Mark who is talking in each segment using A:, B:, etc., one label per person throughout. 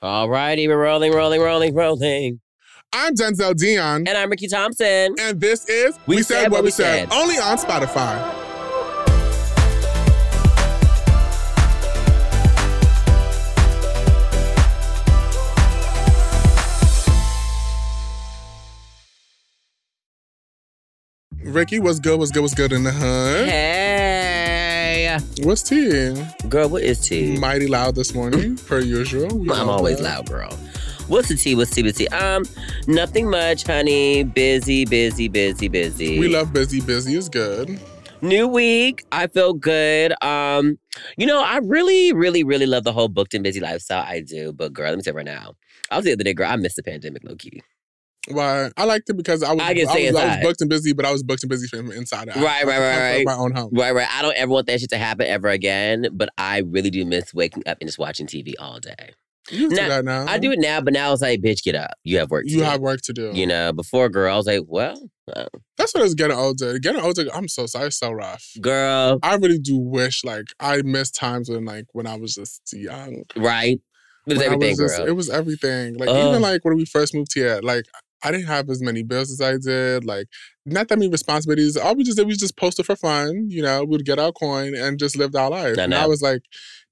A: All righty, we're rolling, rolling, rolling, rolling.
B: I'm Denzel Dion,
A: And I'm Ricky Thompson.
B: and this is
A: We Said What We Said.
B: only on Spotify. Ricky, what's good? What's good? What's good in the hood?
A: Hey.
B: What's tea?
A: Girl, what is tea?
B: Mighty loud this morning, per usual. We
A: I'm
B: all
A: always
B: good.
A: loud, girl. What's the tea? What's tea? What's tea? Um, nothing much, honey. Busy, busy, busy, busy.
B: We love busy. Busy is good.
A: New week. I feel good. Um, you know, I really, really, really love the whole booked and busy lifestyle. I do. But girl, let me tell you right now. I was the other day, girl, I missed the pandemic, low key.
B: Why? I liked it because I was
A: I
B: I,
A: can
B: was,
A: say
B: I was
A: inside.
B: booked and busy, but I was booked and busy from inside out.
A: Right, right, right,
B: Comfort of
A: right.
B: My own home.
A: Right, right. I don't ever want that shit to happen ever again, but I really do miss waking up and just watching TV all day.
B: You do
A: Now,
B: that now.
A: I do it now, but now it's like, bitch, get up. You have work to
B: Uh-huh. You
A: do.
B: have work to do.
A: You know, before girl, I was like, well,
B: That's what it's getting older. Getting older, I'm so sorry, it's so rough.
A: girl,
B: I really do wish like I missed times when like when I was just young.
A: right? It was
B: When I
A: everything,
B: was just-
A: girl.
B: it was everything. Like
A: Ugh.
B: even like when we first moved here, like I didn't have as many bills as I did. Like not that many responsibilities. All we just did was just posted for fun. You know, we'd get our coin and just lived our life.
A: I
B: And I
A: know.
B: was like,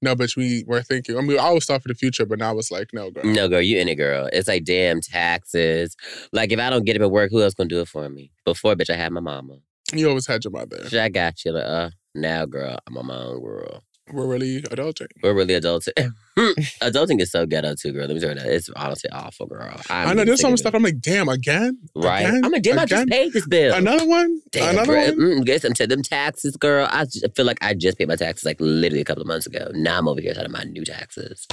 B: no, bitch, we were thinking. I mean, I always thought for the future, but now it's like, no, girl.
A: no, girl, you in it, girl. It's like, damn, taxes. Like, if I don't get it at work, who else gonna do it for me? Before, bitch, I had my mama.
B: You always had your mother.
A: Shit, I got you. Like, uh, now, girl, I'm on my own world.
B: We're really adulting.
A: We're really adulting. adulting is so ghetto, too, girl. Let me tell you that. It's honestly awful, girl. I'm
B: i know there's
A: sick of
B: some
A: it.
B: stuff I'm like, damn, again?
A: Right.
B: Again?
A: I'm like, damn, I just
B: Again?
A: paid this bill.
B: Another one?
A: Damn,
B: Another
A: girl.
B: one?
A: Mm, guess I'm to them taxes, girl. I just feel like I just paid my taxes like literally a couple of months ago. Now I'm over here talking about my new taxes.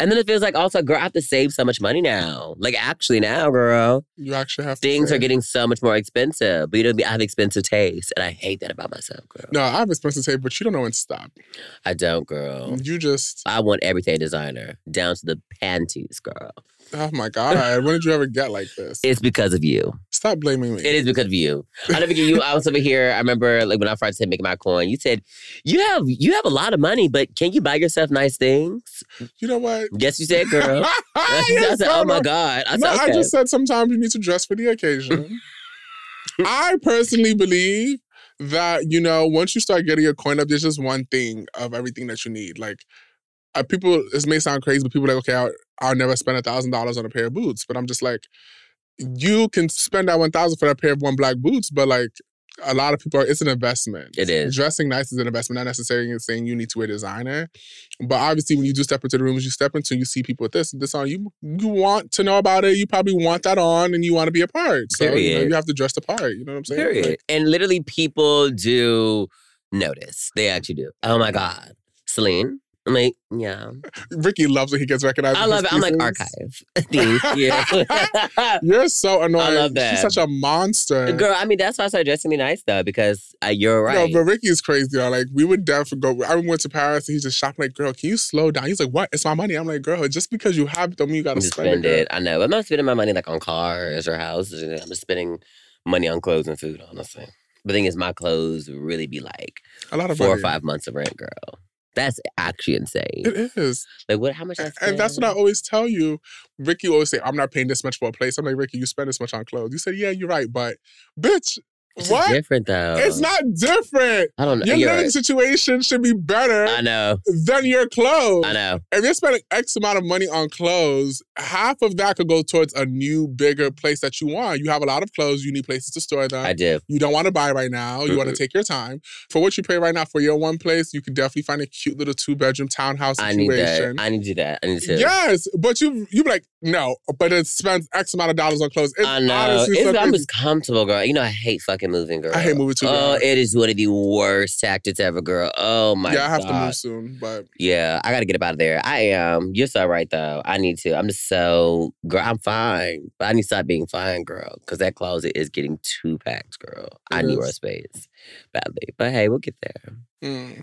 A: And then it feels like also, girl, I have to save so much money now. Like actually now, girl,
B: You actually have to
A: things
B: say.
A: are getting so much more expensive. But you know, I have expensive taste, and I hate that about myself, girl.
B: No, I have expensive tape, but you don't know when to stop.
A: I don't, girl.
B: You just,
A: Oh. I want everything designer down to the panties, girl.
B: oh my God, when did you ever get like this?
A: It's because of you.
B: Stop blaming me.
A: It is because of you. I never get you. I was over here. I remember, like when I first said make my coin, you said you have you have a lot of money, but can you buy yourself nice things?
B: You know what?
A: Yes, you said, girl. I
B: Yes,
A: said,
B: no,
A: oh my
B: no.
A: god. I
B: No,
A: said, okay.
B: I just said sometimes you need to dress for the occasion. I personally believe that, you know, once you start getting your coin up, there's just one thing of everything that you need. Like, uh, people, this may sound crazy, but people are like, okay, I'll, I'll never spend a $1,000 on a pair of boots. But I'm just like, you can spend that 1000 for that pair of one black boots, but like, a lot of people are, it's an investment.
A: It is.
B: Dressing nice is an investment, not necessarily saying you need to wear designer. But obviously, when you do step into the rooms you step into, you see people with this and this on. You you want to know about it. You probably want that on, and you want to be a part. So you, know,
A: Period.
B: you have to dress the part. You know what I'm saying?
A: Period.
B: Like,
A: And literally, people do notice. They actually do. Oh my god, Celine. I'm like, yeah.
B: Ricky loves when he gets recognized.
A: I
B: in
A: love it.
B: his
A: I'm like
B: pieces.
A: archive. Thank you.
B: You're so annoying.
A: love that.
B: She's such a monster.
A: Girl, I mean, that's why I started dressing me nice though, because uh, you're right.
B: No, but Ricky is crazy though. Like we would definitely go. I went to Paris and he's just shopping. Like, girl, can you slow down? He's like, what? It's my money. I'm like, girl, just because you have it, don't mean you gotta
A: I'm just
B: spend,
A: spend
B: it. girl."
A: it. I know. I'm not spending my money like on cars or houses. or anything. I'm just spending money on clothes and food, honestly. But the thing is, my clothes really be like
B: A lot of
A: four or
B: money.
A: five months of rent, girl. That's actually insane.
B: It is.
A: Like, what? How much? I
B: And- And that's what I
A: spend?
B: always tell you. Ricky always say, I'm not paying this much for a place. I'm like, Ricky, you spend this much on clothes. You said, yeah, you're right. But, bitch,
A: It's just
B: what?
A: different though.
B: It's not different.
A: I don't know.
B: Your
A: You're
B: living
A: right.
B: situation should be better
A: I know.
B: than your clothes.
A: I know.
B: If you're spending X amount of money on clothes, half of that could go towards a new, bigger place that you want. You have a lot of clothes. You need places to store them.
A: I do.
B: you don't want to buy right now. You want to
A: Mm-mm.
B: take your time. For what you pay right now for your one place, you can definitely find a cute little two bedroom townhouse
A: I
B: situation.
A: need that. I need to do that. I need to.
B: Yes, but you you be like no, but it spends X amount of dollars on clothes. It's
A: I know.
B: honestly
A: It's,
B: so
A: I'm
B: crazy.
A: just comfortable, girl. You know, I hate fucking moving, girl.
B: I hate moving too.
A: Oh,
B: girl.
A: it is one of the worst tactics ever, girl. Oh my god.
B: yeah, I have to move soon, but
A: Yeah, I gotta get up out of there. I am. You're so right though. I need to. I'm just so girl. I'm fine, but I need to stop being fine, girl, because that closet is getting too packed, girl. I
B: It
A: need
B: is.
A: more space badly. But hey, we'll get there.
B: mm.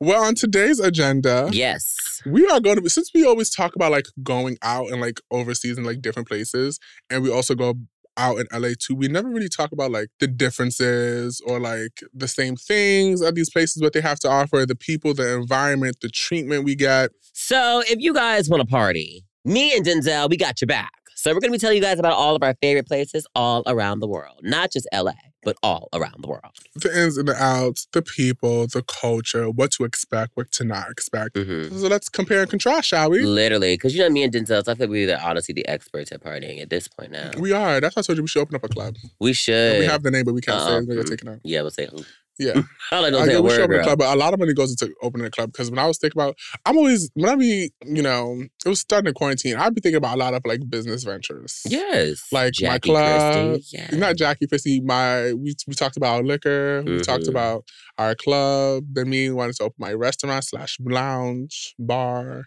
B: well, on today's agenda,
A: Yes.
B: we are going to be since we always talk about like going out and like overseas and like different places, and we also go out in LA too. We never really talk about like the differences or like the same things at these places, what they have to offer, the people, the environment, the treatment we get.
A: So if you guys want to party, me and Denzel, we got your back. So we're gonna be telling you guys about all of our favorite places all around the world, not just LA, but all around the world.
B: The ins and the outs, the people, the culture, what to expect, what to not expect.
A: Mm-hmm.
B: So let's compare and contrast, shall we?
A: Literally, because you know me and Denzel, so I feel like we're the- honestly the experts at partying at this point now.
B: We are. That's why I told you we should open up a club.
A: We should.
B: We have the name, but we can't say it. They
A: Uh-uh.
B: got taken out.
A: yeah, we'll say. who.
B: Yeah.
A: I don't know.
B: I
A: Say
B: get
A: a
B: we should
A: word,
B: open a
A: girl.
B: club, but a lot of money goes into opening a club because when I was thinking about, I'm always when I be, you know, it was starting to quarantine. I'd be thinking about a lot of like business ventures.
A: Yes.
B: Like my
A: Jackie
B: club,
A: Christie, yes.
B: Not Jackie Fissy. My we we talked about our liquor. We talked
A: Mhm.
B: about our club. Then me wanted to open my restaurant slash lounge bar.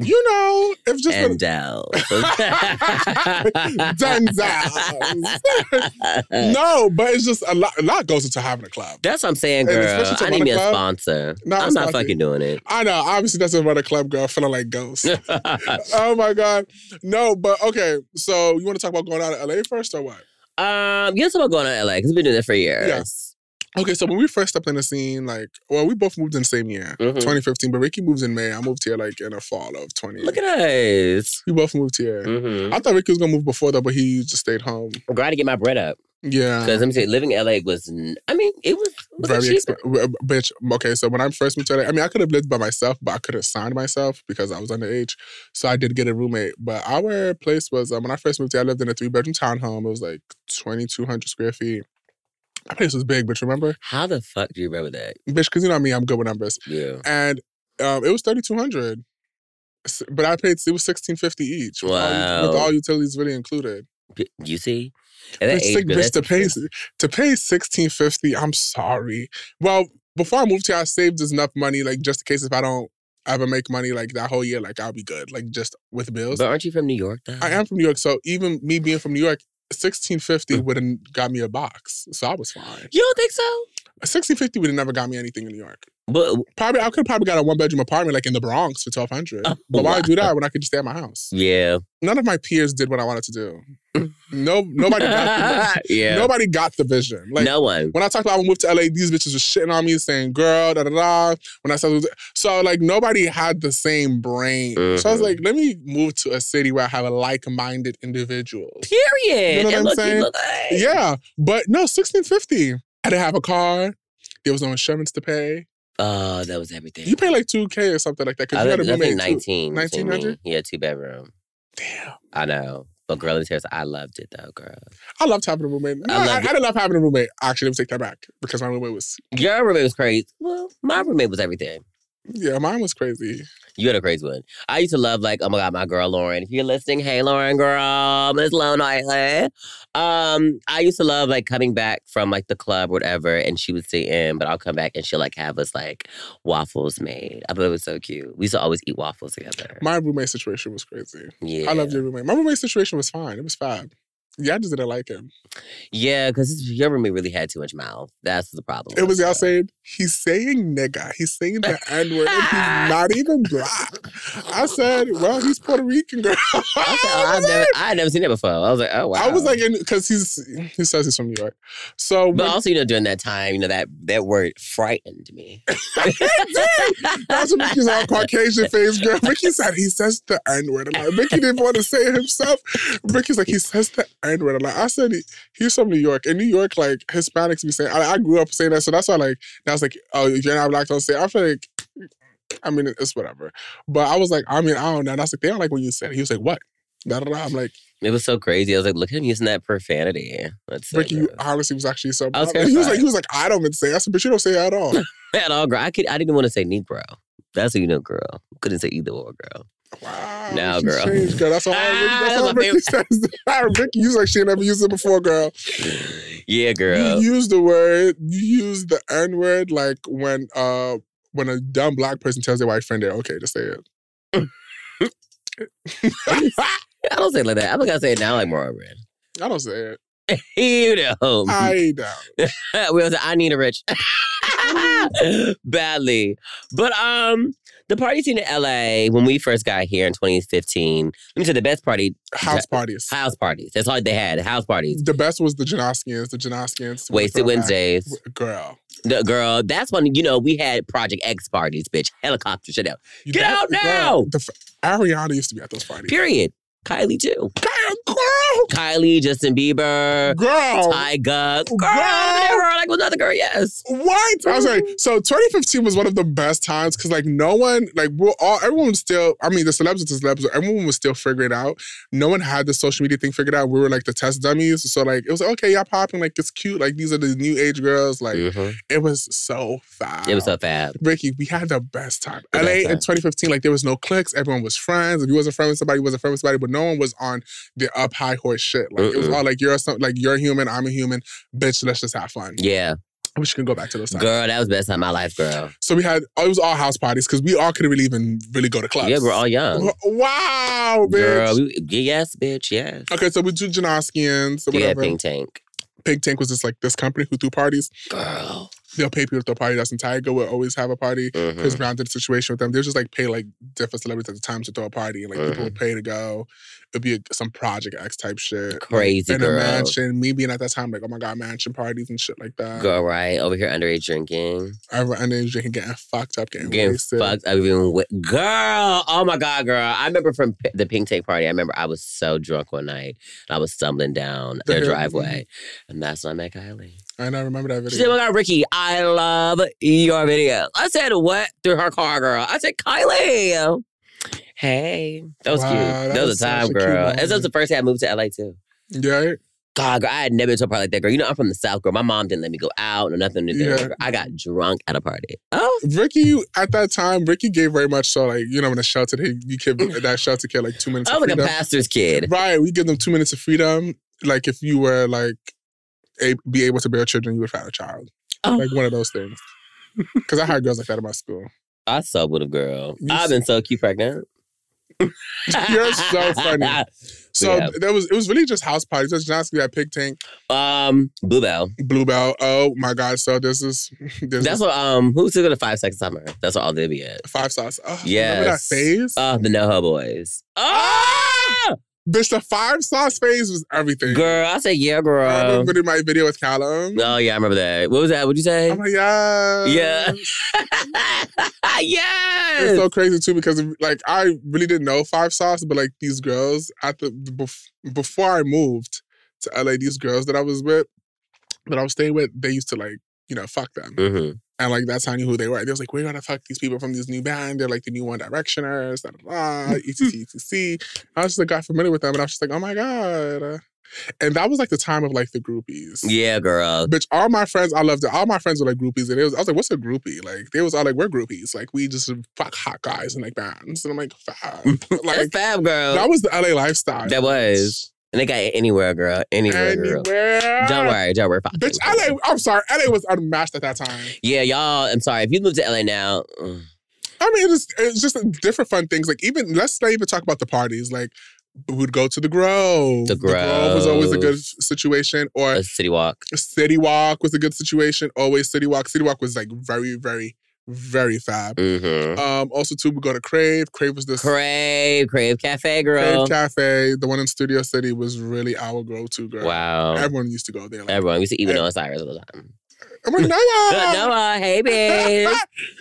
B: You know, if just
A: and Dell.
B: Denzel. no, but it's just a lot. A lot goes into having a club.
A: That's what I'm saying,
B: And
A: girl.
B: especially to
A: I need me a
B: Monica.
A: sponsor.
B: No,
A: I'm
B: it's
A: not
B: not
A: fucking doing it.
B: I know. Obviously, doesn't run a club girl feeling like ghosts. oh my god, no. But okay, so you want to talk about going out of LA first or what?
A: um, you know about going to LA because we've been doing it for years.
B: Okay, so when we first stepped in the scene, like, well, we both moved in the same year,
A: Mhm.
B: 2015. But Ricky moves in May. I moved here like in the fall of 20.
A: Look at us.
B: we both moved here.
A: Mm-hmm.
B: I thought Ricky was gonna move before that, but he just stayed home.
A: I'm glad to get my bread up
B: Yeah.
A: because let me tell you, living in LA was. n- I mean, it was, was
B: Very
A: it cheaper.
B: expensive. Bitch, okay, so when I first moved to LA, I mean, I could have lived by myself, but I could have signed myself because I was underage. So I did get a roommate. But our place was, um, when I first moved here, I lived in a three bedroom townhome. It was like 2,200 square feet. That place was big, bitch, remember?
A: How the fuck do you remember that?
B: Bitch, because you know me, I'm good with numbers.
A: Yeah.
B: And um, it was 3,200. S- But I paid, it was 1650 each. With, all, with
A: Wow.
B: all utilities really included.
A: P- You see? At that
B: It's sick,
A: age, girl,
B: bitch, to
A: that's
B: pay
A: expensive.
B: to pay sixteen fifty. I'm sorry. Well, before I moved here, I saved enough money, like just in case if I don't ever make money like that whole year, like I'll be good, like just with bills.
A: But aren't you from New York, though?
B: I am from New York, so even me being from New York, sixteen
A: Mm.
B: fifty would have got me a box, so I was fine.
A: You don't think so?
B: Sixteen fifty would have never got me anything in New York.
A: But
B: Probably I could probably got a one bedroom apartment like in the Bronx for twelve hundred.
A: Oh,
B: but why
A: wow. Mm.
B: do that when I could just stay at my house?
A: yeah.
B: None of my peers did what I wanted to do. No, nobody. Got the,
A: yeah.
B: Nobody got the vision. Like
A: no one.
B: When I talked about I moved to LA, these bitches were shitting on me, saying "girl," da da da. When I said so, like nobody had the same brain. So I was
A: Mhm.
B: like, let me move to a city where I have like-minded individuals.
A: Period.
B: You know what
A: And
B: I'm
A: look, you
B: saying?
A: look like-
B: Yeah, but no, sixteen fifty. I didn't have a car. There was no insurance to pay.
A: Oh, that was everything.
B: You pay like two k or something like that because
A: I
B: you had
A: think
B: a
A: I think
B: roommate. too.
A: 19. between me.
B: 1900?
A: Yeah, two bedroom.
B: Damn,
A: I know. But girl in tears, I loved it though, girl.
B: I loved having a roommate. No, I, I,
A: loved it.
B: didn't love having a roommate. Actually, let me take that back because my roommate was
A: Your roommate was crazy. Well, my roommate was everything.
B: yeah, mine was crazy.
A: You had a crazy one. I used to love like, oh my god, my girl Lauren. If you're listening, hey Lauren, girl, Miss Lone Island. Um, I used to love like coming back from like the club, or whatever, and she would stay in, but I'll come back and she'll like have us like waffles made. I thought it was so cute. We used to always eat waffles together.
B: My roommate situation was crazy.
A: yeah,
B: I loved your roommate. My roommate situation was fine. It was fab. Yeah, I just didn't like him.
A: yeah, because your roommate really had too much mouth. That's the problem.
B: It was
A: girl.
B: y'all saying, he's saying nigga. He's saying the N word. and He's not even black. I said, well, he's Puerto Rican, girl.
A: I said, oh, I've never, I had never seen that before. I was like, oh wow.
B: I was like, because he's he says he's from New York. So
A: but
B: when-
A: also, you know, during that time, you know that that word frightened me.
B: that's what Mickey's all Caucasian face, girl. Ricky said he says the N word. I'm like, Ricky didn't want to say it himself. Ricky's like, he says the N word. I'm like, I said he, he's from New York. In New York, like Hispanics be saying, I, I grew up saying that, so that's why like now it's like, oh, you're not black, don't say. it. I feel like. I mean, it's whatever. But I was like, I mean, I don't know. And I was like, they don't like when you said it. He was like, what? Da, da, da. I'm like,
A: It was so crazy. I was like, look at him using that profanity. That's so
B: Ricky, you
A: gross.
B: honestly was actually so
A: I was
B: proud. He was
A: terrified.
B: like, he was like, I don't even say. it." I said, but you don't say it at all.
A: at all, girl. I could, I didn't want to say Negro. That's what you know, girl. Couldn't say either or, girl.
B: Wow.
A: Now,
B: she's
A: girl.
B: Changed, girl. That's all.
A: Ah,
B: that's all
A: that's my
B: Ricky says. Ricky used like she never used it before, girl.
A: Yeah, girl.
B: You use the word. You use the N word like when uh when a dumb black person tells their white friend they're okay to say it.
A: I don't say it like that. I'm not gonna say it now, like Maura Red.
B: I don't say it.
A: You know,
B: I don't.
A: we was like, I need a rich badly. But um, The party scene in LA when we first got here in 2015. Let me say the best party
B: House parties.
A: house parties. That's all they had. House parties.
B: The best was the Janoskians. The Janoskians. were
A: Wasted
B: throwback.
A: Wednesdays.
B: Girl.
A: The girl, that's when you know we had Project X parties, bitch. Helicopter shit out.
B: You-
A: Get out now!
B: The, f- Ariana used to be at those parties.
A: Period. Kylie too.
B: Damn, girl.
A: Kylie, Justin Bieber,
B: Girl.
A: Tyga. Girl,
B: Oh. Girl.
A: girl. like with another girl. Yes.
B: What? I was like, so 2015 was one of the best times because like no one, like we're all everyone was still, I mean the celebs was the celebs, but everyone was still figuring it out. No one had the social media thing figured out. We were like the test dummies. So like it was like, okay, y'all popping, like it's cute. Like these are the new age girls. Like
A: Mhm.
B: it was so fast.
A: It was so fab.
B: Ricky, we had the best time.
A: The
B: LA
A: best
B: in
A: time.
B: 2015, like there was no cliques. Everyone was friends. If you wasn't friends with somebody, you wasn't friends with somebody, but no one was on the up high horse shit. Like it was
A: Mm-mm.
B: all like you're some, like you're human, I'm a human. Bitch, let's just have fun.
A: Yeah.
B: I wish you could go back to those times.
A: Girl, that was the best time of my life, girl.
B: So we had oh, it was all house parties because we all couldn't really even really go to clubs.
A: Yeah, we're all young.
B: Wow, bitch.
A: Girl, we, yes, bitch, yes.
B: okay, so we do Janoskians or
A: You had
B: whatever.
A: Pink Tank.
B: Pink Tank was just like this company who threw parties.
A: Girl.
B: They'll pay people to throw parties. That's in Tiger would always have a party.
A: Mhm.
B: Chris Brown did a situation with them. They'll just like pay like different celebrities at the time to throw a party. And like people
A: Mhm.
B: would pay to go. It'd be a, some Project X type shit.
A: Crazy
B: In a
A: girl.
B: mansion. Me being at that time like, oh my God, mansion parties and shit like that.
A: Girl, right over here underage drinking,
B: I ran and then drinking, getting fucked up, getting,
A: getting
B: wasted.
A: fucked up. Even with girl, oh my god, girl! I remember from P- the pink tank party. I remember I was so drunk one night, and I was stumbling down
B: The
A: their
B: hill.
A: driveway, and that's when I met Kylie.
B: And I remember that
A: She said,
B: video.
A: "Oh my god, Ricky, I love your video." I said, "What?" Through her car, girl. I said, "Kylie." Hey, that was
B: Wow,
A: cute.
B: that
A: That, was,
B: was
A: a time,
B: such a cute
A: girl. This was
B: moment.
A: the first time I moved to LA too.
B: Yeah.
A: God, girl, I had never been to a party like that, girl. You know, I'm from the South, girl. My mom didn't let me go out or nothing. to do.
B: Yeah.
A: Girl, I got drunk at a party. Oh,
B: Ricky at that time, Ricky gave very much so like you know when a shelter he, you give that shelter kid like two minutes.
A: I
B: of
A: was like a
B: freedom.
A: pastor's kid.
B: right, we give them two minutes of freedom. Like if you were like a, be able to bear children, you would have had a child.
A: Oh.
B: Like one of those things. Because I had girls like that in my school.
A: I saw with a girl.
B: You
A: I've
B: s-
A: been so cute pregnant.
B: You're so funny. So
A: Yeah.
B: there was it was really just house parties. Just not that pig tank,
A: Um, Bluebell.
B: bluebell. Oh my god! So this is this
A: That's
B: is
A: what um who took it to five seconds summer? That's what all they be at.
B: five sauce. Oh, remember that
A: Yes.
B: phase?
A: Oh, the No Ho Boys.
B: Ah!
A: Oh
B: Bitch, the five sauce phase was everything.
A: girl, I said yeah,
B: I
A: girl.
B: remember in my video with Callum.
A: Oh yeah, I remember that. What was that? What'd you say?
B: Oh my god.
A: Yeah.
B: "Oh, It's
A: yes.
B: so crazy too because like I really didn't know Five Sauce, but like these girls at the bef- before I moved to LA, these girls that I was with, that I was staying with, they used to like you know fuck them,
A: hmm
B: and like that's how I knew who they were. They was like, we're gonna fuck these people from this new band. They're like the new One Directioners, da da E da, etc etc. I was just like got familiar with them, and I was just like, oh my god, and that was like the time of like the groupies.
A: Yeah, girl.
B: Bitch, all my friends, I loved it. All my friends were like groupies, and it was, I was like, "What's a groupie?" Like they was all like, "We're groupies. Like we just fuck hot guys and like bands." And I'm like, "Fab."
A: That's
B: like
A: fab, girl.
B: that was the LA lifestyle.
A: That was. And they got it anywhere, girl. Anywhere, girl.
B: anywhere.
A: Don't worry, don't worry.
B: bitch.
A: Fox.
B: LA, I'm sorry, LA was unmatched at that time.
A: Yeah, y'all. I'm sorry if you moved to LA now. mm,
B: I mean, it's it's just different fun things. Like even let's not even talk about the parties. Like we'd go to the Grove.
A: The
B: was always a
A: Grove.
B: good situation, or
A: A city walk.
B: City Walk was a good situation. Always City Walk. City Walk was like very, very, very fab.
A: Mm-hmm.
B: Um, also too, we go to Crave. Crave was this
A: Crave, um, Crave Cafe, girl.
B: Crave Cafe. The one in Studio City was really our go-to girl.
A: Wow.
B: Everyone used to go there. Like,
A: Everyone, we used to even know Osiris all the time.
B: I'm like,
A: Good
B: Noah.
A: Noah, hey, babe.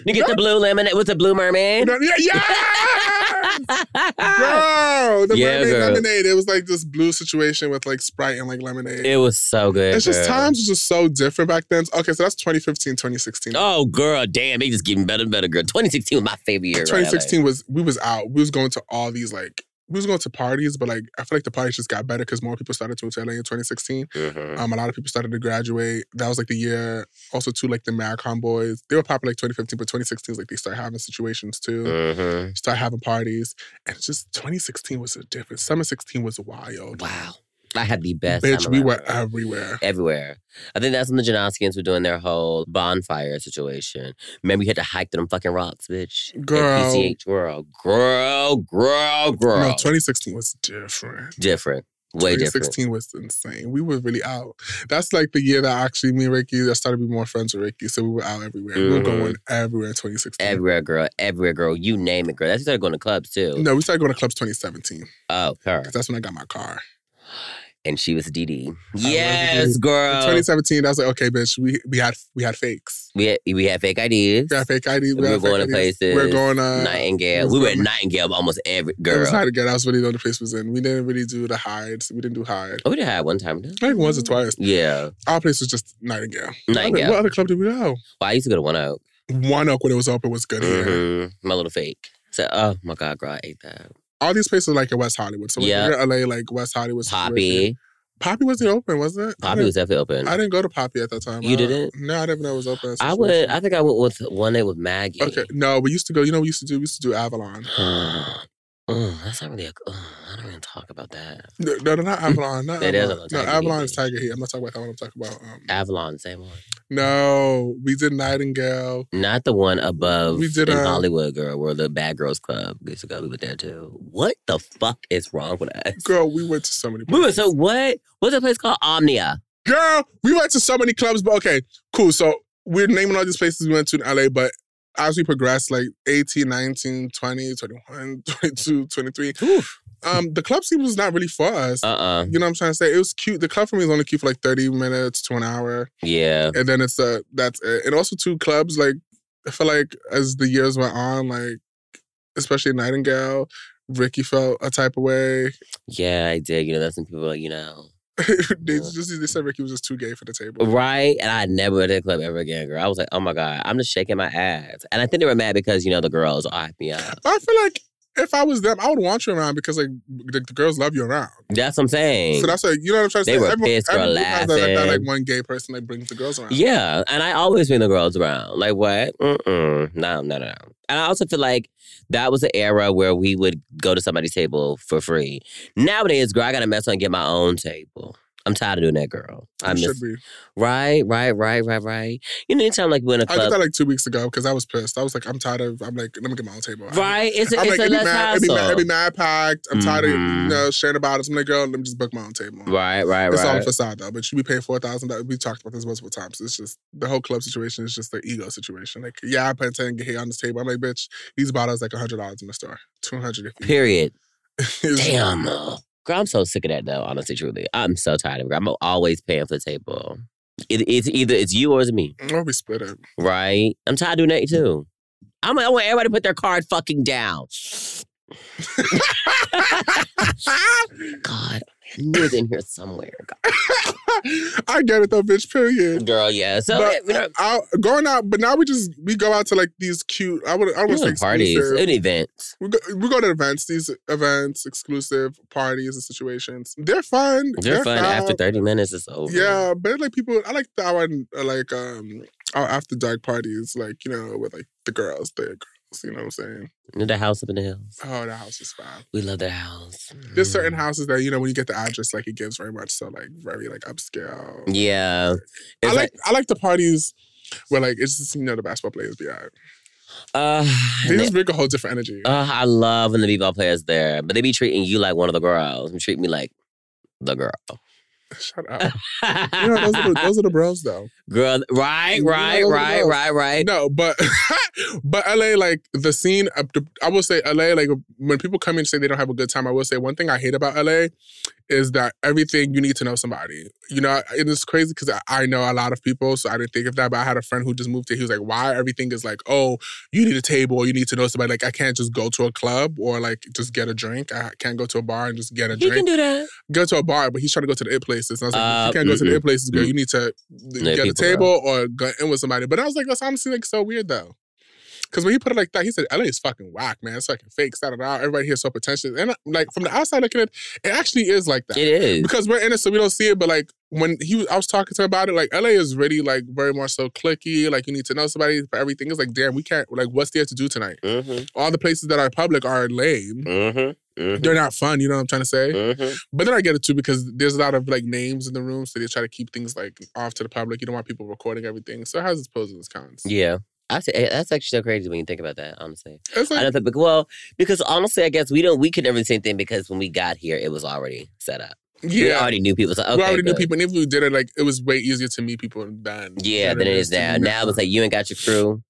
A: You get the blue lemonade with the blue mermaid.
B: No, yeah, yeah. Girl, the
A: Ah! Yeah,
B: mermaid
A: girl.
B: lemonade. It was like this blue situation with like Sprite and like lemonade.
A: it was so good.
B: it's just
A: girl.
B: times was just so different back then. Okay, so that's 2015, 2016.
A: Oh, girl, damn. They just getting better and better, girl. 2016 was my favorite year. girl, LA.
B: 2016 was we was out. We was going to all these like we was going to parties, but like I feel like the parties just got better because more people started to move to LA in 2016.
A: Mhm.
B: Um, a lot of people started to graduate. That was like the year, also too, like the Maricon boys. They were popular like 2015, but 2016 is like they start having situations too,
A: Mhm.
B: start having parties, and it's just 2016 was a different. Summer 16 was wild.
A: Wow. I had the best.
B: Bitch,
A: time
B: we
A: around.
B: were everywhere.
A: everywhere. I think that's when the Janoskians were doing their whole bonfire situation. Remember, you had to hike to them fucking rocks, bitch. At
B: Girl.
A: PCH World. Girl, girl, girl.
B: No, 2016 was different.
A: Different. Way different.
B: 2016 was insane. We were really out. That's like the year that actually me and Ricky, I started to be more friends with Ricky. So we were out everywhere. We were
A: Mhm.
B: going everywhere in 2016.
A: Everywhere, girl. Everywhere, girl. You name it, girl. That's when I started going to clubs too.
B: No, we started going to clubs 2017.
A: Oh, her.
B: 'cause that's when I got my car.
A: And she was DD.
B: was
A: Yes,
B: DD.
A: girl.
B: 2017, I was like, okay, bitch, we we had we had fakes.
A: We had, we had fake IDs.
B: We had fake ID.
A: we were
B: had fake
A: going to
B: IDs.
A: places.
B: We were going to
A: Nightingale.
B: uh, was
A: We were
B: going
A: at
B: to-
A: Nightingale almost every
B: It was
A: girl.
B: hard to get. That was really the only place we was in. We didn't really do the hides. We didn't do hide.
A: Oh, we did have one time.
B: I think once or
A: Mm.
B: twice.
A: Yeah.
B: Our place was just Nightingale.
A: Nightingale.
B: What other club did we go?
A: Well, I used to go to One Oak.
B: One Oak when it was open was good here.
A: Mm-hmm. My little fake. So, oh my God, girl, I ate that.
B: All these places are like in West Hollywood. So
A: Yeah.
B: when you're in LA, like West Hollywood. situation-
A: Poppy.
B: Poppy wasn't open, was it? I
A: Poppy
B: didn't-
A: was definitely open.
B: I didn't go to Poppy at that time.
A: You
B: I-
A: didn't?
B: No, I didn't even know it was open.
A: I went. I think I went with one day with Maggie.
B: Okay. No, we used to go, you know, what we used to do, we used to do Avalon.
A: oh, that's not really. A, oh, I don't even talk about that.
B: No, no, no, not Avalon. Not
A: That is
B: Avalon.
A: on Tiger
B: no,
A: Heat, Ah.
B: Avalon is
A: bitch.
B: Tiger Heat. I'm not talking about that one. I'm talking about. Um,
A: Avalon, same one.
B: no, we did Nightingale.
A: Not the one above
B: We did,
A: in
B: uh,
A: Hollywood, girl, where the Bad Girls Club used to go. We were there too. What the fuck is wrong with us?
B: Girl, we went to so many.
A: We were
B: places.
A: so what? What's that place called? Omnia.
B: Girl, we went to so many clubs, but okay, cool. So we're naming all these places we went to in LA, but as we progress, like 18, 19, 20, 21, 22, 23, um, the club scene was not really for us.
A: Uh uh
B: you know what I'm trying to say? It was cute. The club for me was only cute for like 30 minutes to an hour.
A: Yeah.
B: And then it's uh that's it. And also two clubs, like I feel like as the years went on, like especially Nightingale, Ricky felt a type of way.
A: Yeah, I did. You know, that's when people were like, you know. Uh,
B: they just they said Ricky was just too gay for the table.
A: Right. And I never went to the club ever again, girl. I was like, oh my God, I'm just shaking my ass. And I think they were mad because, you know, the girls all hyped me up.
B: I feel like if I was them, I would want you around because like the, the girls love you around.
A: That's what I'm saying.
B: So that's like you know what I'm trying to
A: They
B: say.
A: were pissed, girl,
B: everyone has that, like, that,
A: laughing.
B: like one gay person like brings the girls around.
A: yeah. And I always bring the girls around. Like, what? Mm-mm. No, no, no, no. And I also feel like that was the era where we would go to somebody's table for free. Nowadays, girl, I got to mess around and get my own table. I'm tired of doing that, girl. I
B: You
A: miss.
B: should be.
A: Right, right, right, right, right. You know, anytime like we're in a
B: I did
A: club,
B: that like two weeks ago because I was pissed. I was like, I'm tired of. I'm like, let me get my own table. I'm-
A: right? It's a,
B: I'm
A: it's a
B: like, it'd be,
A: less
B: mad, it'd, be mad, it'd be
A: hassle.
B: mad packed. I'm tired of
A: Mhm.
B: you know sharing about it. I'm like, girl, let me just book my own table.
A: Right, right,
B: It's all
A: right.
B: a facade though, but you be paying four thousand dollars. We talked about this multiple times. It's just the whole club situation is just the ego situation. Like, yeah, I put ten get here on this table. I'm like, bitch, these bottles like hundred dollars in the store, two hundred.
A: Period. Damn. Girl, I'm so sick of that though, honestly, truly. I'm so tired of it. I'm always paying for the table. It, it's either it's you or it's me,
B: Or we split it.
A: right? I'm tired of doing that too. I'm like, I want everybody to put their card fucking down. God, I knew it was in here somewhere. God.
B: I get it though, bitch. Period.
A: Girl, yeah. So,
B: but
A: you know,
B: I, I- going out, but now we just we go out to like these cute. I would I would say
A: doing parties,
B: exclusive.
A: an event.
B: We go, we go to events. These events, exclusive parties and situations. They're fun.
A: They're, fun
B: foul.
A: after 30 minutes is over.
B: Yeah, but like people, I like the hour uh, like um our after dark parties, like you know with like the girls, the girls. You know what I'm saying?
A: You know, The house up in the hills.
B: Oh, the house is fine.
A: We love that house.
B: There's certain
A: Mm.
B: houses that you know when you get the address, like it gives very much so like very like upscale.
A: Mm. Yeah.
B: I
A: It's
B: like I like the parties where like it's just you know the basketball players be out.
A: uh,
B: They just bring a whole different energy.
A: Uh, I love when the b-ball players there, but they be treating you like one of the girls. They treat me like the girl.
B: Shut up. You know, those are the, those are the bros though.
A: girl, right,
B: You know,
A: right,
B: those are the
A: right,
B: girls.
A: right, right.
B: No, but but LA like the scene. up to- I will say LA like when people come in and say they don't have a good time. I will say one thing I hate about LA is that everything you need to know somebody. You know, and it's crazy because I, I know a lot of people, so I didn't think of that. But I had a friend who just moved here. He was like, "Why everything is like, oh, you need a table, you need to know somebody. Like I can't just go to a club or like just get a drink. I can't go to a bar and just get a
A: You can
B: drink.
A: do that.
B: go to a bar, but he's trying to go to the it places. And I was like,
A: Uh,
B: you can't go to the
A: mm-mm.
B: it places, girl.
A: Mm.
B: You need to
A: Yeah,
B: get a
A: people are-
B: table or go in with somebody. But I was like, that's honestly like so weird though. Cause when he put it like that, he said LA is fucking whack, man. It's fucking fake, da da da. Everybody here is so pretentious, and uh, like from the outside looking at it, it actually is like that
A: It is.
B: because we're in it, so we don't see it. But like when he, was, I was talking to him about it. Like LA is really like very much so clicky. Like you need to know somebody for everything. It's like damn, we can't. Like what's there to do tonight?
A: Mm-hmm,
B: All the places that are public are lame.
A: mm-hmm,
B: They're not fun. You know what I'm trying to say?
A: mm-hmm.
B: But then I get it too because there's a lot of like names in the room, so they try to keep things like off to the public. You don't want people recording everything, so it has its pros and its cons.
A: Yeah. I see- eh, that's actually so crazy when you think about that, honestly.
B: It's
A: I
B: like
A: don't think, well, because honestly, I guess we don't, we could never do the same thing because when we got here, it was already set up. We
B: Yeah.
A: already knew people. So, okay,
B: we already knew
A: good.
B: people, and if we did it, like it was way easier to meet people than
A: Yeah, than it is now.
B: to
A: Now it's like you ain't got your crew.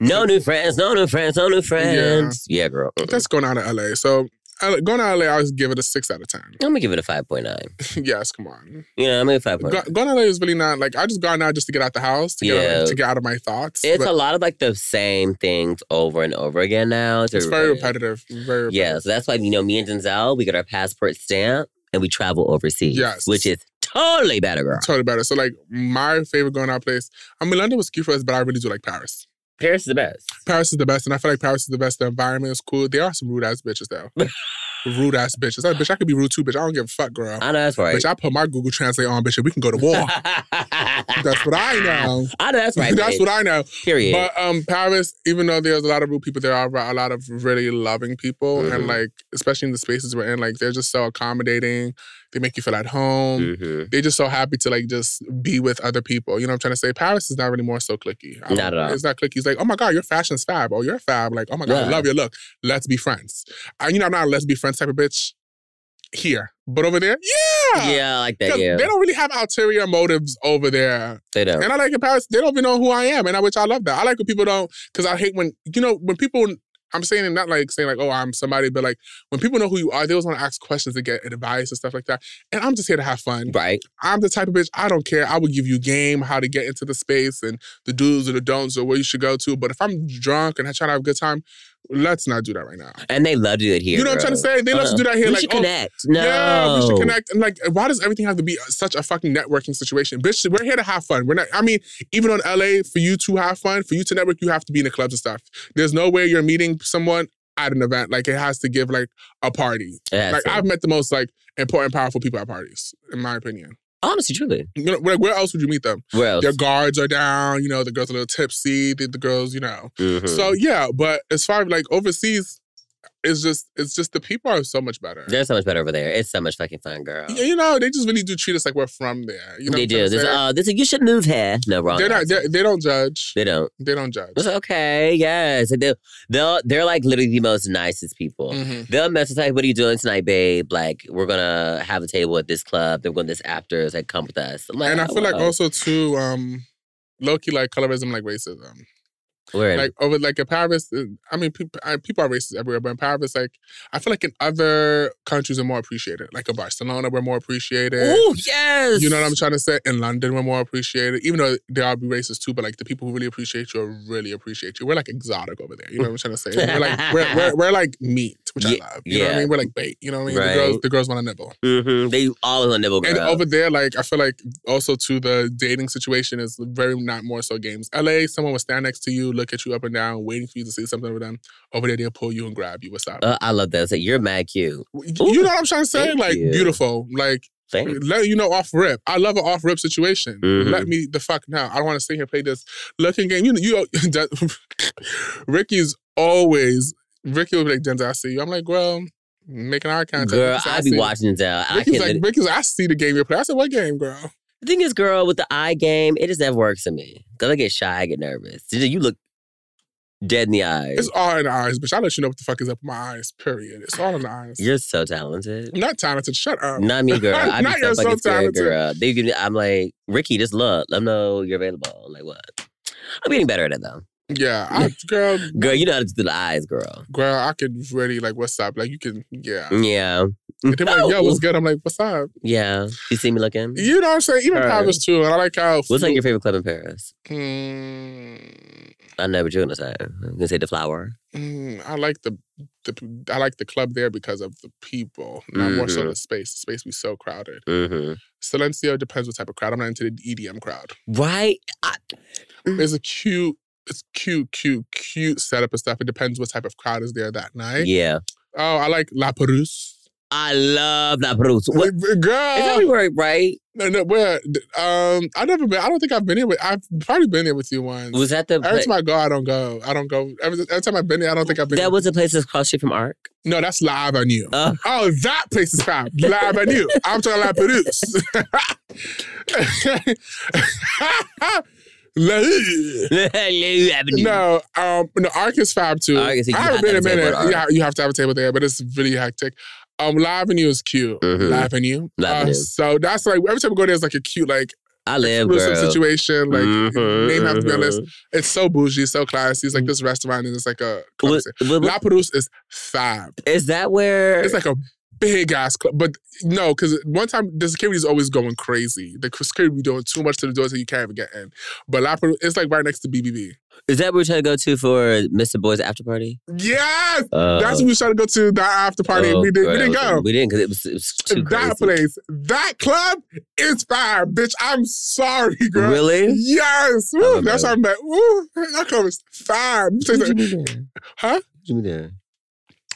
A: No new friends, no new friends, no new friends. Yeah, girl. Mm-mm.
B: that's going out of LA. So uh, going out of LA, I would give it a six out of ten.
A: I'm gonna give it a five point nine.
B: yes, come on.
A: You know, I'm gonna give it five point
B: Go,
A: nine.
B: going out of LA is really not like I just gone out just to get out the house to get
A: Yeah.
B: to get out of my thoughts.
A: It's
B: but
A: a lot of like the same things over and over again now.
B: it's very repetitive. Very repetitive.
A: Yeah, so that's why you know me and Denzel, we get our passport stamp and we travel overseas.
B: Yes.
A: which is totally better, girl.
B: Totally better. So like my favorite going out place. I mean London was cute for us, but I really do like Paris.
A: Paris is the best.
B: Paris is the best, and I feel like Paris is the best. The environment is cool. There are some rude ass bitches though. rude ass bitches. That bitch, I could be rude too, bitch. I don't give a fuck, girl.
A: I know that's right.
B: Bitch, I put my Google Translate on, bitch, and we can go to war. That's what I know.
A: I know that's right.
B: That's what I know.
A: Period.
B: But um, Paris, even though there's a lot of rude people, there are a lot of really loving people,
A: Mhm.
B: and like especially in the spaces we're in, like they're just so accommodating. They make you feel at home.
A: Mhm.
B: They're just so happy to like just be with other people. You know what I'm trying to say? Paris is not really more so clicky. I don't-
A: Not at all.
B: It's not clicky. It's like, oh my God, your fashion's fab. Oh, you're fab. Like, oh my God, I
A: Yeah.
B: love your look. Let's be friends. And you know, I'm not a let's be friends type of bitch here. But over there, yeah.
A: Yeah, I like
B: 'Cause
A: that. Yeah,
B: They don't really have ulterior motives over there.
A: they don't.
B: And I like in Paris, they don't even know who I am. And I which I love that. I like when people don't, because I hate when, you know, when people I'm saying it not like saying like, oh, I'm somebody, but like when people know who you are, they always want to ask questions and get advice and stuff like that. And I'm just here to have fun.
A: Right.
B: I'm the type of bitch, I don't care. I will give you game how to get into the space and the do's or the don'ts or where you should go to. But if I'm drunk and I try to have a good time, let's not do that right now.
A: And they love to do it here.
B: you know what I'm
A: bro.
B: trying to say? They love
A: Uh-uh.
B: to do that here.
A: we
B: like,
A: should
B: oh,
A: connect. No.
B: yeah, we should connect. And like, why does everything have to be such a fucking networking situation? Bitch, we're here to have fun. We're not, I mean, even on LA, for you to have fun, for you to network, you have to be in the clubs and stuff. There's no way you're meeting someone at an event. Like, it has to give like a party.
A: It has
B: like,
A: to.
B: I've met the most like important, powerful people at parties, in my opinion.
A: Honestly, truly.
B: You know, where, where else would you meet them?
A: Where else?
B: Their guards are down. You know, the girls are a little tipsy. The, the girls, you know.
A: Mhm.
B: So yeah, but as far as like overseas, it's just it's just the people are so much better.
A: They're so much better over there. It's so much fucking fun, girl.
B: Yeah, you know, they just really do treat us like we're from there. You know, what
A: they
B: I'm
A: do.
B: trying to
A: This,
B: say?
A: uh, this, you should move here. No, wrong.
B: they're not.
A: answer.
B: They're, they don't judge.
A: They don't.
B: They don't judge.
A: It's okay. Yes. They, they'll, they're like literally the most nicest people.
B: Mhm.
A: They'll mess with like, what are you doing tonight, babe? Like, we're gonna have a table at this club. They're going to this after. It's like, come with us. I'm like,
B: And I
A: oh,
B: feel like
A: wow.
B: also too, um, low key like colorism, like racism.
A: we're in.
B: Like over like in Paris, uh, I mean, people, I, people are racist everywhere, but in Paris, like I feel like in other countries, are more appreciated. Like in Barcelona, we're more appreciated.
A: oh yes.
B: You know what I'm trying to say? In London, we're more appreciated, even though they all be racist too. But like the people who really appreciate you really appreciate you. We're like exotic over there. You know what I'm trying to say? We're like we're, we're, we're like meat, which
A: Ye-
B: I love. You know what I
A: yeah.
B: mean? We're like bait. You know what I mean?
A: Right.
B: The girls, the girls want to nibble.
A: Mm-hmm. They all on the nibble girl.
B: And over there, like I feel like also too the dating situation is very not more so games. LA, someone will stand next to you, look at you up and down, waiting for you to say something over them. Over there, they'll pull you and grab you. What's up?
A: Uh, I love that. It's like, you're mad cute.
B: you know what I'm trying to say?
A: thank
B: Like
A: you.
B: beautiful, like
A: Thanks.
B: let you know off rip. I love an off rip situation.
A: Mhm.
B: Let me the fuck now. I don't want to sit here and play this looking game. You know, you that- Ricky's always Ricky will be like, Denzel, I see you. I'm like, well, making eye contact.
A: Girl,
B: So
A: I
B: see
A: be
B: you.
A: watching Zell. I
B: Ricky's
A: can
B: like, Ricky's like, I see the game you're playing. I said, what game, girl?
A: The thing is, girl, with the eye game, it just never works for me. Cause I get shy, I get nervous. You look dead in the eyes.
B: It's all in the eyes, bitch. I let you know what the fuck is up in my eyes. Period. It's all in the eyes.
A: You're so talented.
B: not talented. Shut up.
A: Not me, girl. I be
B: Not
A: so
B: you're so
A: fucking scared,
B: talented.
A: girl. They give me, I'm like, Ricky, just look. Let them know you're available. I'm like, what? I'm getting better at it though.
B: Yeah, I, girl.
A: Girl, you know how to do the eyes, girl.
B: Girl, I could really like, what's up? Like, you can, yeah.
A: Yeah.
B: And they're like, yo, what's good? I'm like, what's up?
A: Yeah. You see me looking?
B: You know what I'm saying? Even
A: Right.
B: Paris too. And I like how.
A: What's like your favorite club in Paris?
B: Mm,
A: I know what you're gonna say. I'm gonna say the flower.
B: mm, I like the, the I like the club there because of the people, not more so the space. The space be so crowded.
A: Mm-hmm.
B: Silencio depends what type of crowd. I'm not into the EDM crowd.
A: Right? I,
B: It's a cute, it's cute, cute, cute setup and stuff. It depends what type of crowd is there that night.
A: yeah.
B: Oh, I like La Perouse.
A: I love La Perouse. What? Is that
B: Girl,
A: we were right?
B: no, no, where? Um, I've never been. I don't think I've been here with. I've probably been here with you once.
A: Was that the
B: Every
A: place?
B: time I go, I don't go. I don't go. Every, every time I've been there, I don't think I've been.
A: That was the place that's across street from Arc.
B: no, that's live. I knew.
A: Oh.
B: oh, that place is fab. Live. I knew. I'm talking La Perouse. La-
A: Lou Avenue.
B: no, um, no, Arc is fab too.
A: Arc is- you
B: I
A: have
B: haven't
A: to
B: been
A: have a table at
B: in a minute.
A: Arc.
B: Yeah, you have to have a table there, but it's really hectic. Um, La Avenue is cute.
A: Mhm.
B: La Avenue.
A: La Avenue.
B: Uh, so that's like every time we go there, it's like a cute, like
A: I live,
B: exclusive
A: girl.
B: situation. Like
A: Mhm,
B: name have to be on list.
A: mhm.
B: It's so bougie, so classy. It's like this restaurant and it's like a
A: Mm. What- what-
B: La Perouse is fab.
A: is that where?
B: It's like a big ass club. But no, because one time the security is always going crazy. The security be doing too much to the doors that you can't even get in. But La Perouse, it's like right next to BBB.
A: is that where we're trying to go to for Mr. Boy's after party?
B: Yes,
A: Uh,
B: that's what we was trying to go to that after party. and
A: oh,
B: we, did, we
A: girl,
B: didn't go.
A: We didn't because it was, it was too crazy.
B: That place, that club is fire, bitch. I'm sorry, girl.
A: Really?
B: Yes, Woo,
A: Oh,
B: that's
A: no.
B: how I met. Ooh, that club is fire.
A: Who'd you meet there?
B: Huh?
A: Who'd you meet there?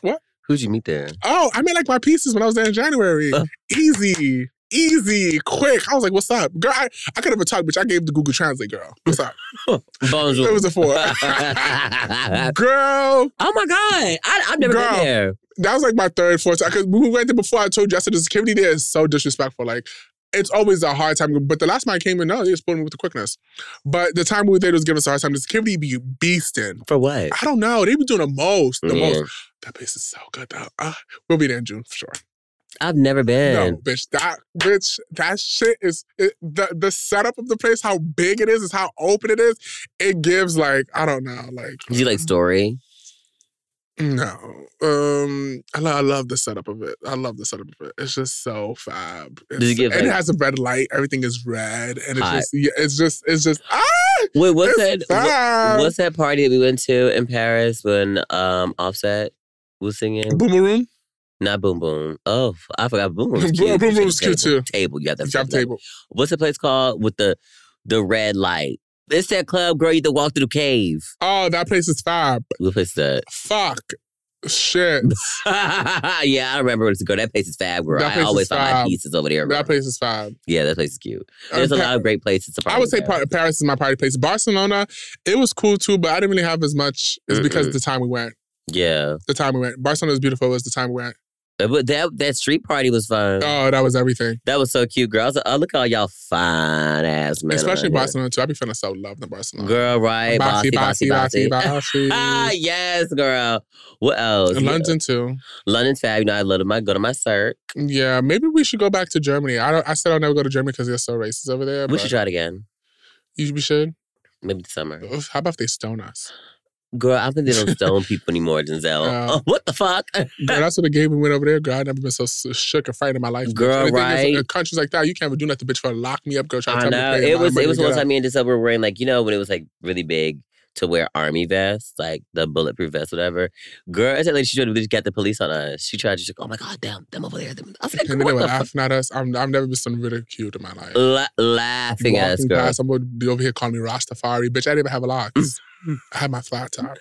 B: What?
A: Who'd you meet there?
B: Oh, I made like my pieces when I was there in January.
A: Uh.
B: Easy, easy, quick. I was like, "What's up, girl?" I, I could have talked, bitch. I gave the Google Translate, girl. What's up?
A: Bones.
B: it was a four. girl,
A: Oh my god! I, I've never
B: Girl.
A: been there.
B: that was like my third, fourth. Because we went there before. I told you, I said the security there is so disrespectful. Like, it's always a hard time. But the last time I came in, no, they just pulled me with the quickness. But the time we were there, they was giving us a hard time. The security be beasting.
A: For what?
B: I don't know. They be doing the most, the
A: Yeah.
B: most. That place is so good though. Uh, we'll be there in June for sure.
A: I've never
B: No,
A: been.
B: bitch, that bitch, that shit is it, the the setup of the place. How big it is, is how open it is. It gives like I don't know, like
A: Do you like story?
B: no. Um, I, lo- I love the setup of it. I love the setup of it. It's just so fab. It's,
A: it give,
B: and it
A: like-
B: has a red light. Everything is red, and it's
A: Hot.
B: just yeah, it's just it's just ah,
A: Wait, what's
B: it's
A: that? wha-
B: fab.
A: What's that party that we went to in Paris when um Offset was singing?
B: Boomeroom?
A: Not Boom Boom. Oh, I forgot Boom Boom. was
B: Boom-
A: cute.
B: Boom
A: You
B: Boom's
A: got the
B: cute
A: table-
B: too.
A: Table, you got that.
B: Top table.
A: What's the place called with the the red light? It's that club, girl. You can walk through the cave.
B: Oh, that place is fab.
A: What place is that?
B: Fuck, shit.
A: yeah, I remember when it's girl. That place is fab, girl.
B: That
A: I
B: place
A: always
B: is
A: find my
B: fab.
A: pieces over there. girl.
B: That place is fab.
A: yeah, that place is cute. There's a
B: Okay.
A: lot of great places to party.
B: I would say
A: there.
B: Par- Paris is my party place. Barcelona, it was cool too, but I didn't really have as much. It's because
A: Mm-mm.
B: the time we went.
A: Yeah, Uh,
B: The time we went. Barcelona was beautiful. It was the time we went.
A: but that that street party was fun.
B: Oh, that was everything.
A: That was so cute, girl. I was like, oh, look at all y'all fine ass men.
B: Especially
A: around
B: Barcelona too. I be feeling so loved in
A: here.
B: Barcelona.
A: Girl, right? Bossy, bossy, bossy.
B: bossy,
A: Ah, yes, girl. What else?
B: And London too.
A: Yeah. London's fab. You know, I love my go to my cert.
B: Yeah, maybe we should go back to Germany. I don't. I said I'll never go to Germany because they're so racist over there.
A: We
B: but
A: should try it again.
B: You, we should.
A: Maybe this summer.
B: Ugh, How about if they stone us?
A: Girl, I don't think they don't stone people anymore, Denzel.
B: Yeah.
A: Oh, what the fuck?
B: Girl, that's what the game we went over there. Girl, I've never been so s- shook and frightened in my life. bitch.
A: Girl,
B: And the thing is,
A: right?
B: uh, countries like that, you can't even do nothing, bitch. For lock me up, girl. Try to
A: I
B: tell me to
A: know.
B: pay a
A: It
B: lot of
A: was
B: money
A: it was
B: to
A: one
B: get out.
A: time me and Denzel were wearing like, you know, when it was like really big to wear army vests, like the bulletproof vests, whatever. Girl, it's like she tried to get the police on us. She tried to just, oh my god, damn, them over there. Them. I was like,
B: And
A: girl,
B: then they
A: what
B: were
A: the fuck?
B: laughing at us. I'm, I've never been so ridiculed in my life.
A: La- laughing at us,
B: Walking
A: girl.
B: past, someone would be over here calling me Rastafari. Bitch, I didn't even have a locks. I had my flat top.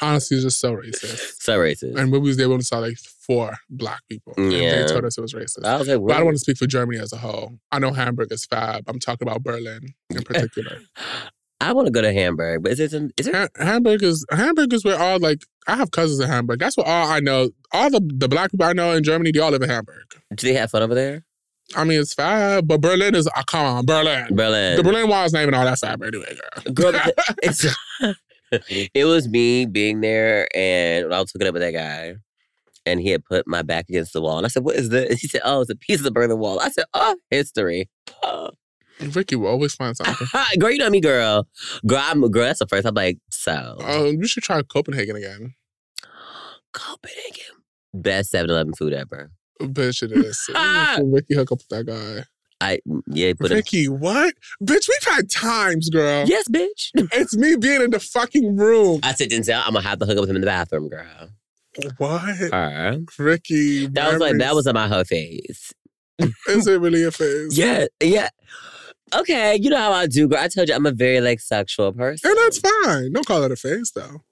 B: Honestly, it's just so racist.
A: So racist.
B: And when we was there, we only saw like four black people. And
A: Yeah. Oh,
B: they told us it was racist.
A: I was like,
B: but I
A: really?
B: don't want to speak for Germany as a whole. I know Hamburg is fab. I'm talking about Berlin in particular.
A: I want to go to Hamburg, but is it? in- Is it?
B: Ha- Hamburg is Hamburg is where all like I have cousins in Hamburg. That's what all I know. All the the black people I know in Germany, they all live in Hamburg.
A: Do they have fun over there?
B: I mean, it's fab, but Berlin is uh, come on, Berlin.
A: Berlin.
B: The Berlin Wall is not even all that fab anyway, girl.
A: Girl, because it's, it was me being there, and I was hooking up with that guy, and he had put my back against the wall, and I said, "What is this?" And he said, "Oh, it's a piece of the Berlin Wall." I said, "Oh, history." Oh.
B: Ricky will always find something.
A: girl, you know me, girl. Girl, I'm girl. That's the first. I'm like, so
B: Um, you should try Copenhagen again.
A: Copenhagen, best 7-Eleven food ever.
B: Bitch, it is. Ooh, Ricky hook up with that guy.
A: I mm, yeah, put it.
B: Ricky, what? Bitch, we've had times, girl.
A: Yes, bitch.
B: It's me being in the fucking room.
A: I said, Denzel, I'm gonna have to hook up with him in the bathroom, girl.
B: What?
A: Her.
B: Ricky.
A: That was like that
B: memories.
A: was about her face.
B: Is it really a phase?
A: Yeah, yeah. Okay, you know how I do, girl. I told you I'm a very like sexual person.
B: And that's fine. Don't call it a phase, though.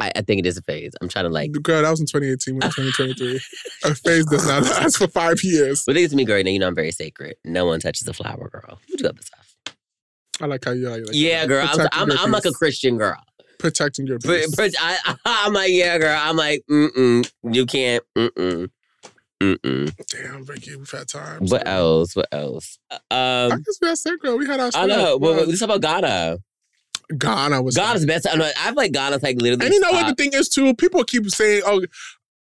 A: I, I think it is a phase. I'm trying to like.
B: Girl, that was in 2018. We're in 2023. a phase does not last for five years.
A: But it is me, girl. Now you know I'm very sacred. No one touches a flower, girl. You do other stuff.
B: I like how you are. You like
A: Yeah, girl. I'm,
B: Protecting
A: I'm,
B: your
A: I'm like a
B: peace.
A: Christian girl.
B: Protecting your
A: But,
B: peace.
A: but I, I'm like, yeah, girl. I'm like, mm mm. You can't. Mm mm. Mm mm.
B: Damn, Ricky, we've had times.
A: What else? What else?
B: I
A: Um,
B: guess we had sick, girl. We had our
A: I know.
B: stuff.
A: Well,
B: Well,
A: let's talk about Ghana.
B: Ghana was
A: Ghana's best. I know. I feel like Ghana's like literally.
B: And you know what
A: top-
B: the thing is too? People keep saying, "Oh,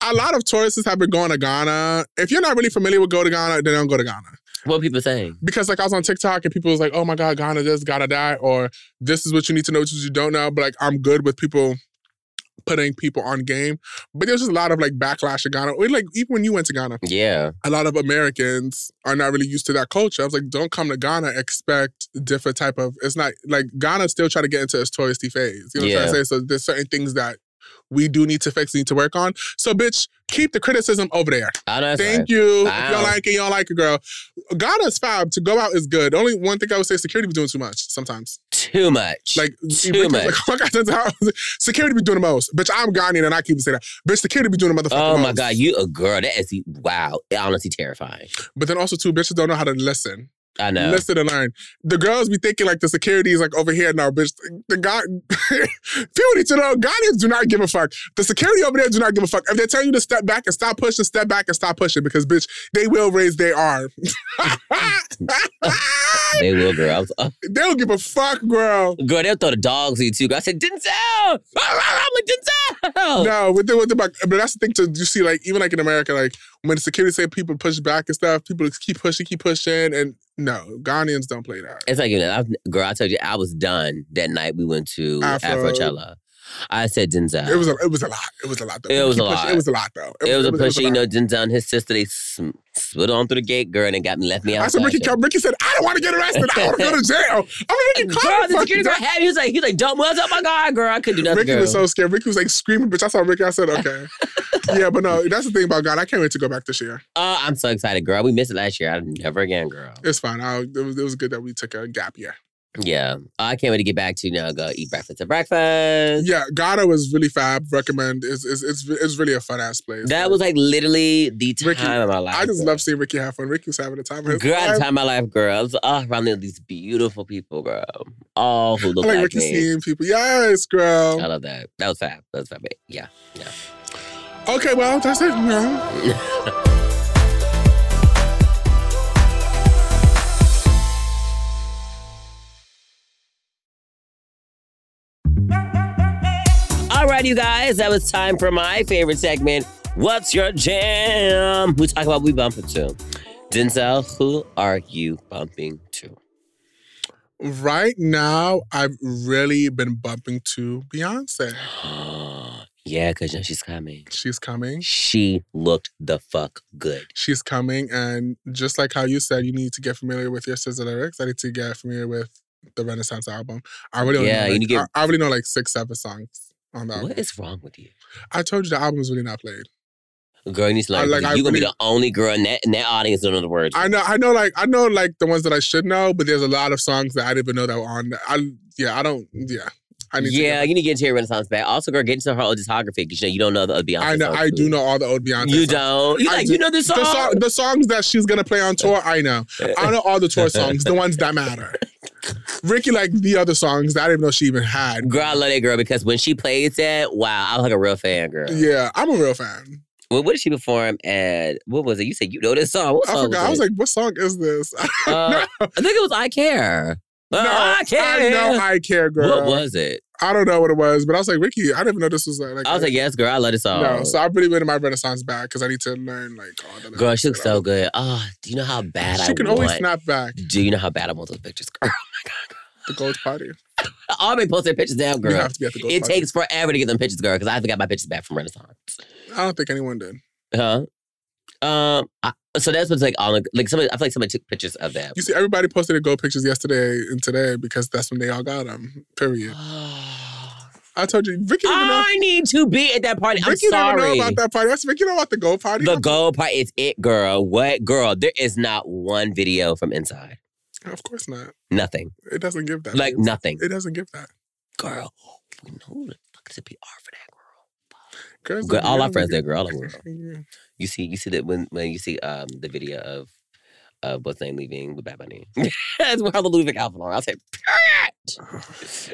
B: a lot of tourists have been going to Ghana. If you're not really familiar with go to Ghana, then don't go to Ghana.
A: What are people saying?
B: Because like I was on TikTok and people was like, "Oh my God, Ghana this, Ghana that," or "This is what you need to know, what you don't know." But like, I'm good with people putting people on game. But there's just a lot of like backlash in Ghana. Or, like even when you went to Ghana,
A: Yeah.
B: a lot of Americans are not really used to that culture. I was like, don't come to Ghana expect different type of. It's not like Ghana still trying to get into its touristy phase. You know what I'm
A: Yeah.
B: trying to say? So there's certain things that we do need to fix, need to work on. So bitch, keep the criticism over there.
A: I know. That's
B: Thank
A: right.
B: you. If
A: Wow.
B: y'all like it, y'all like it, girl. Ghana's fab. To go out is good. The only one thing I would say, security be doing too much sometimes.
A: Too much.
B: Like,
A: Too
B: because,
A: much.
B: Like, like I said, security be doing the most. Bitch, I'm Ghanaian and I keep saying that. Bitch, security be doing the motherfucking
A: oh my
B: most.
A: God, you a girl. That is wow. Honestly terrifying.
B: But then also too, bitches don't know how to listen.
A: I know.
B: Listen and learn. The girls be thinking like the security is like over here now, bitch. The guy, people need to know Ghanaians do not give a fuck. The security over there do not give a fuck. If they tell you to step back and stop pushing, step back and stop pushing because bitch, they will raise their arm.
A: They will, girl. I was- oh,
B: they don't give a fuck, girl.
A: girl, they'll throw the dogs at you too. Girl. I said, Denzel! I'm like, Denzel!
B: No, with the, with the back, but that's the thing to you see, like even like in America, like when the security say people push back and stuff, people just keep pushing, keep pushing, and no, Ghanaians don't play that.
A: It's like, you know, I, girl, I told you, I was done that night we went to
B: Afro.
A: Afrochella. I said, Denzel.
B: It was a, it was a lot. It was a lot. Though.
A: It
B: We
A: was a
B: keep pushing-
A: lot.
B: It was a lot though.
A: It was a push,
B: lot.
A: you know, Denzel and his sister, they sm- slid on through the gate, girl, and it got me, left me out.
B: I said, Ricky, come. Ricky said, I don't want to get arrested. I want to go to jail. I'm like, Ricky,
A: Girl,
B: calm
A: the
B: the
A: security
B: fuck
A: guard
B: down.
A: had me. He was like, he's like, dumb was. Oh my God, girl, I couldn't do nothing.
B: Ricky
A: girl.
B: was so scared. Ricky was like screaming, bitch. I saw Ricky. I said, okay. yeah, but no, that's the thing about God. I can't wait to go back this year.
A: Oh, I'm so excited, girl. We missed it last year. I never again, girl.
B: It's fine. I, it, was, it was good that we took a gap year.
A: Yeah. I can't wait to get back to you now. Go eat breakfast at breakfast.
B: Yeah, Ghana was really fab. Recommend. It's, it's, it's, it's really a fun ass place.
A: That was like literally the time
B: Ricky,
A: of my life.
B: I just
A: girl.
B: love seeing Ricky have fun. Ricky was having a time of his
A: Girl, I had the
B: life.
A: time of my life, girl. I was oh, around there with these beautiful people, girl. All who
B: I
A: look
B: like
A: like
B: Ricky
A: me.
B: seeing people. Yes,
A: I
B: girl.
A: love that. That was fab. That was fab. Yeah.
B: Okay, well, that's it, girl.
A: All right, you guys, that was time for my favorite segment. What's your jam? We talk about we bumping to. Denzel, who are you bumping to?
B: Right now, I've really been bumping to Beyonce.
A: yeah, cause you know she's coming.
B: She's coming.
A: She looked the fuck good.
B: She's coming. And just like how you said, you need to get familiar with your scissor lyrics. I need to get familiar with the Renaissance album. I really
A: Yeah, you
B: only know,
A: need
B: like,
A: to get-
B: I, I really know like six, seven songs on that.
A: What is wrong with you?
B: I told you the album's really not played.
A: Girl, you need to learn.
B: I like- I
A: You're gonna be
B: really-
A: the only girl in that, in that audience that don't know the words.
B: I know, I know, like I know, like the ones that I should know, but there's a lot of songs that I didn't even know that were on. I yeah, I don't. Yeah, I need.
A: yeah,
B: to get,
A: you need to get into your Renaissance back. Also, girl, get into her old discography because you know you don't know the other Beyonce.
B: I know.
A: songs,
B: I
A: too.
B: do know all the old Beyonce.
A: You
B: songs.
A: don't. You
B: I
A: like
B: do.
A: you know this song.
B: The, song, the songs that she's gonna play on tour, I know. I know all the tour songs, the ones that matter. Ricky like the other songs that I didn't know she even had.
A: Girl, I love that girl because when she plays that, wow, I'm like a real fan, girl.
B: Yeah, I'm a real fan.
A: Well, what did she perform at? What was it? You said you know this song. What
B: I
A: song
B: forgot. I was
A: it?
B: like, what song is this?
A: Uh, I think it was I Care. Uh, I Care.
B: I know I care, girl.
A: What was it?
B: I don't know what it was, but I was like, Ricky, I didn't even know this was uh, like.
A: I was like, yes, girl, I love this song.
B: No, so I've really been in my Renaissance back because I need to learn like all the.
A: girl, she looks so good. Oh, do you know how bad I
B: She can
A: want?
B: always snap back
A: do you know how bad I want those pictures, girl?
B: the gold party.
A: All my posted pictures now,
B: You
A: girl.
B: have to be at the gold
A: It
B: party.
A: takes forever to get them pictures, girl, because I haven't got my pictures back from Renaissance.
B: I don't think anyone did.
A: Huh? Um. I, so that's what's like all like somebody. I feel like somebody took pictures of that.
B: You see, everybody posted their gold pictures yesterday and today because that's when they all got them. Period. I told you, Vicky didn't even know.
A: Uh, I need to be at that party. I'm
B: Vicky didn't know
A: sorry.
B: about that party. I said, Vicky, know about the gold party?
A: The gold part is it, girl. What, girl? There is not one video from inside.
B: of course not.
A: Nothing.
B: It doesn't give that.
A: Like
B: babes.
A: nothing,
B: it doesn't give that.
A: girl. We know who the fuck is a PR for that girl.
B: Girls
A: Girl,
B: don't-
A: all
B: girls
A: our
B: don't
A: friends
B: give-
A: there, girl. All over the world. You see, you see that when when you see um the video of of what's name leaving with Bad Bunny. That's how the Louis Vuitton outfit on. I said,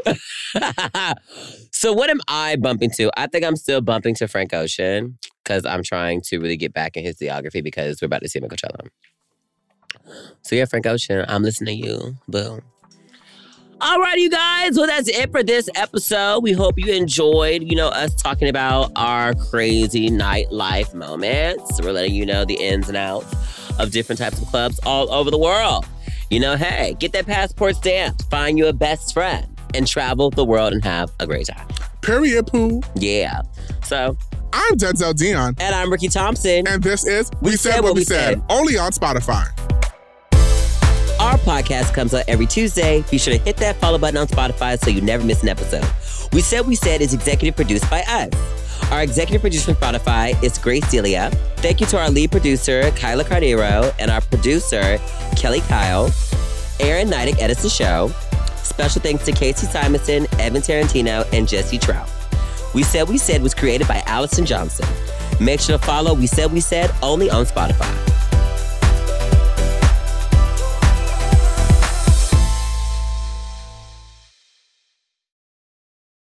A: period. so what am I bumping to? I think I'm still bumping to Frank Ocean because I'm trying to really get back in his geography because we're about to see him at Coachella. So yeah, Frank Ocean, I'm listening to you, boo. All right, you guys. Well, that's it for this episode. We hope you enjoyed, you know, us talking about our crazy nightlife moments. We're letting you know the ins and outs of different types of clubs all over the world. You know, hey, get that passport stamped, find you a best friend, and travel the world and have a great time.
B: Period, poo.
A: Yeah. So,
B: I'm Denzel Dion,
A: and I'm Ricky Thompson.
B: and this is We, Said, What We said. only on Spotify.
A: Our podcast comes out every Tuesday. Be sure to hit that follow button on Spotify so you never miss an episode. We Said We Said is executive produced by us. Our executive producer from Spotify is Grace Delia. Thank you to our lead producer, Kyla Cardero, and our producer, Kelly Kyle. Aaron Nidek edits the show. Special thanks to Casey Simonson, Evan Tarantino, and Jesse Trout. We Said We Said was created by Allison Johnson. Make sure to follow We Said We Said only on Spotify.